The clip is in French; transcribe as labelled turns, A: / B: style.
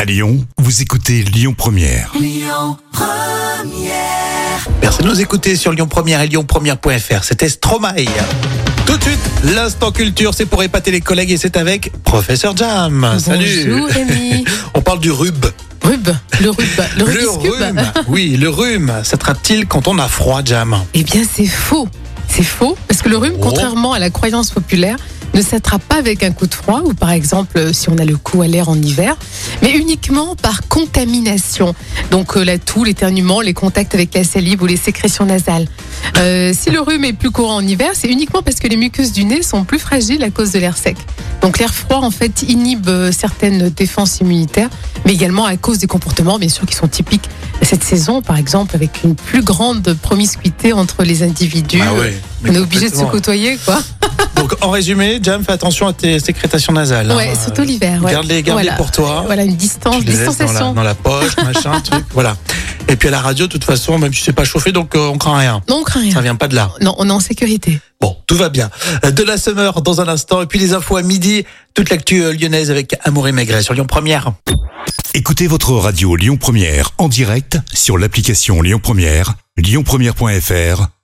A: À Lyon, vous écoutez Lyon Première.
B: Merci de nous écouter sur Lyon Première et lyonpremière.fr. C'était Stromae. Tout de suite, l'instant culture, c'est pour épater les collègues et c'est avec Professeur Jam.
C: Ah,
B: Salut.
C: Bonjour Rémi.
B: On parle du rub.
C: Rub, le rub,
B: Le
C: le Rubik's Cube.
B: rhume. Oui, le rhume. S'attrape-t-il quand on a froid, Jam
C: Eh bien, c'est faux. C'est faux parce que le rhume,
B: Oh.
C: contrairement à la croyance populaire, ne s'attrape pas avec un coup de froid ou par exemple euh, si on a le cou à l'air en hiver, mais uniquement par contamination. Donc euh, la toux, l'éternuement, les contacts avec la salive ou les sécrétions nasales. Euh, si le rhume est plus courant en hiver, c'est uniquement parce que les muqueuses du nez sont plus fragiles à cause de l'air sec. Donc l'air froid en fait inhibe euh, certaines défenses immunitaires, mais également à cause des comportements bien sûr qui sont typiques de cette saison, par exemple avec une plus grande promiscuité entre les individus.
B: mais
C: On est obligé de se
B: complètement.
C: côtoyer, quoi.
B: Ah Donc, en résumé, Jam, fais attention à tes sécrétations nasales.
C: ouais,
B: hein.
C: surtout l'hiver. Ouais.
B: Garde-les, garde-les
C: Voilà.
B: pour toi.
C: Voilà, une
B: Tu
C: distance,
B: les laisses dans la,
C: distanciation.
B: dans la poche, machin, truc. Voilà. Et puis à la radio, de toute façon, même si c'est pas chauffé, donc euh, on craint rien.
C: Non, on craint rien.
B: Ça vient pas de là.
C: Non, on est en sécurité.
B: Bon, tout va bien. Euh, De la summer dans un instant, et puis les infos à midi, toute l'actu euh, lyonnaise avec Amour et Maigret sur Lyon Première.
A: Écoutez votre radio Lyon Première en direct sur l'application Lyon Première, lyonpremière.fr